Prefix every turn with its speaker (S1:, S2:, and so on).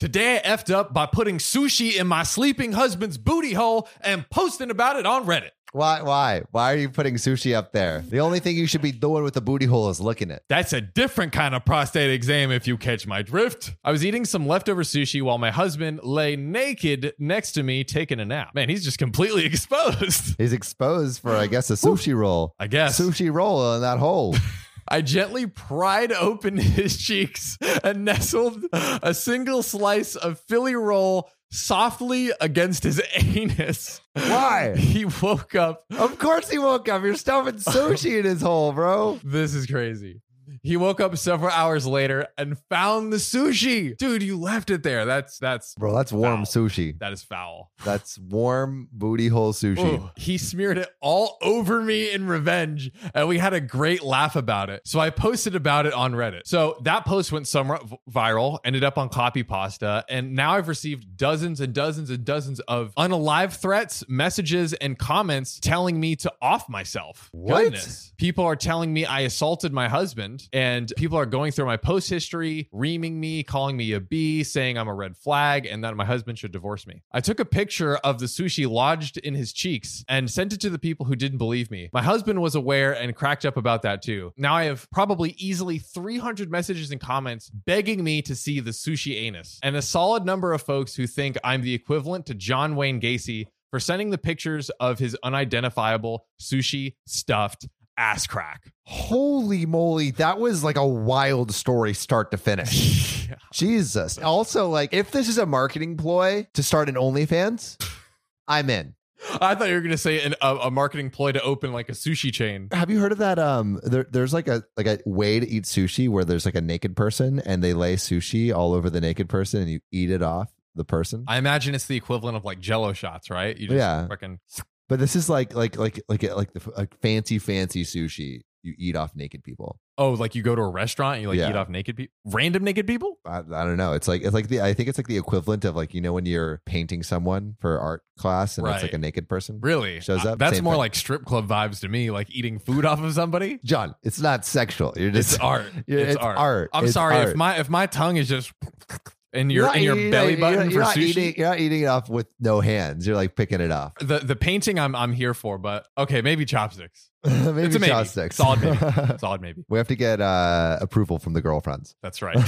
S1: Today I effed up by putting sushi in my sleeping husband's booty hole and posting about it on Reddit.
S2: Why? Why? Why are you putting sushi up there? The only thing you should be doing with the booty hole is looking at.
S1: That's a different kind of prostate exam if you catch my drift. I was eating some leftover sushi while my husband lay naked next to me taking a nap. Man, he's just completely exposed.
S2: He's exposed for, I guess, a sushi roll.
S1: I guess.
S2: Sushi roll in that hole.
S1: I gently pried open his cheeks and nestled a single slice of Philly roll softly against his anus.
S2: Why?
S1: He woke up.
S2: Of course he woke up. You're stuffing sushi in his hole, bro.
S1: This is crazy. He woke up several hours later and found the sushi. Dude, you left it there. That's that's
S2: Bro, that's warm
S1: Wow.
S2: sushi.
S1: that is foul.
S2: That's warm booty hole sushi.
S1: Ooh, he smeared it all over me in revenge, and we had a great laugh about it. So I posted about it on Reddit. So that post went somewhat v- viral, ended up on copy pasta, and now I've received dozens and dozens and dozens of unalive threats, messages, and comments telling me to off myself.
S2: What?
S1: People are telling me I assaulted my husband, and people are going through my post history, reaming me, calling me a B, saying I'm a red flag, and that my husband should divorce me. I took a picture of the sushi lodged in his cheeks and sent it to the people who didn't believe me. My husband was aware and cracked up about that too. Now I have probably easily 300 messages and comments begging me to see the sushi anus, and a solid number of folks who think I'm the equivalent to John Wayne Gacy. For sending the pictures of his unidentifiable sushi stuffed ass crack.
S2: Holy moly, that was like a wild story start to finish. Jesus. Also, like, if this is a marketing ploy to start an OnlyFans, I'm in.
S1: I thought you were going to say an, a, a marketing ploy to open like a sushi chain.
S2: Have you heard of that? Um, there, there's like a like a way to eat sushi where there's like a naked person and they lay sushi all over the naked person and you eat it off the person.
S1: I imagine it's the equivalent of like jello shots, right? You just
S2: Yeah.
S1: fucking
S2: But this is like like like like like the like fancy fancy sushi you eat off naked people.
S1: oh, like you go to a restaurant and you like
S2: Yeah.
S1: eat off naked people, random naked people.
S2: I, I don't know. It's like it's like the I think it's like the equivalent of like you know when you're painting someone for art class and it's like
S1: Right.
S2: a naked person.
S1: Really?
S2: Shows
S1: Uh,
S2: up,
S1: that's
S2: same
S1: more
S2: thing.
S1: like strip club vibes to me, like eating food off of somebody.
S2: John, it's not sexual. You're just
S1: It's art.
S2: you're-
S1: it's, art. I'm
S2: It's
S1: sorry
S2: art.
S1: if my if my tongue is just in your
S2: not
S1: in your
S2: eating-
S1: belly
S2: you're
S1: button
S2: not-
S1: for
S2: you're not
S1: sushi.
S2: Eating, you're not eating it off with no hands. You're like picking it off.
S1: the the painting I'm I'm here for, but okay, maybe chopsticks.
S2: maybe
S1: It's a maybe.
S2: chopsticks.
S1: Solid maybe. Solid maybe.
S2: we have to get uh, approval from the girlfriends.
S1: That's right.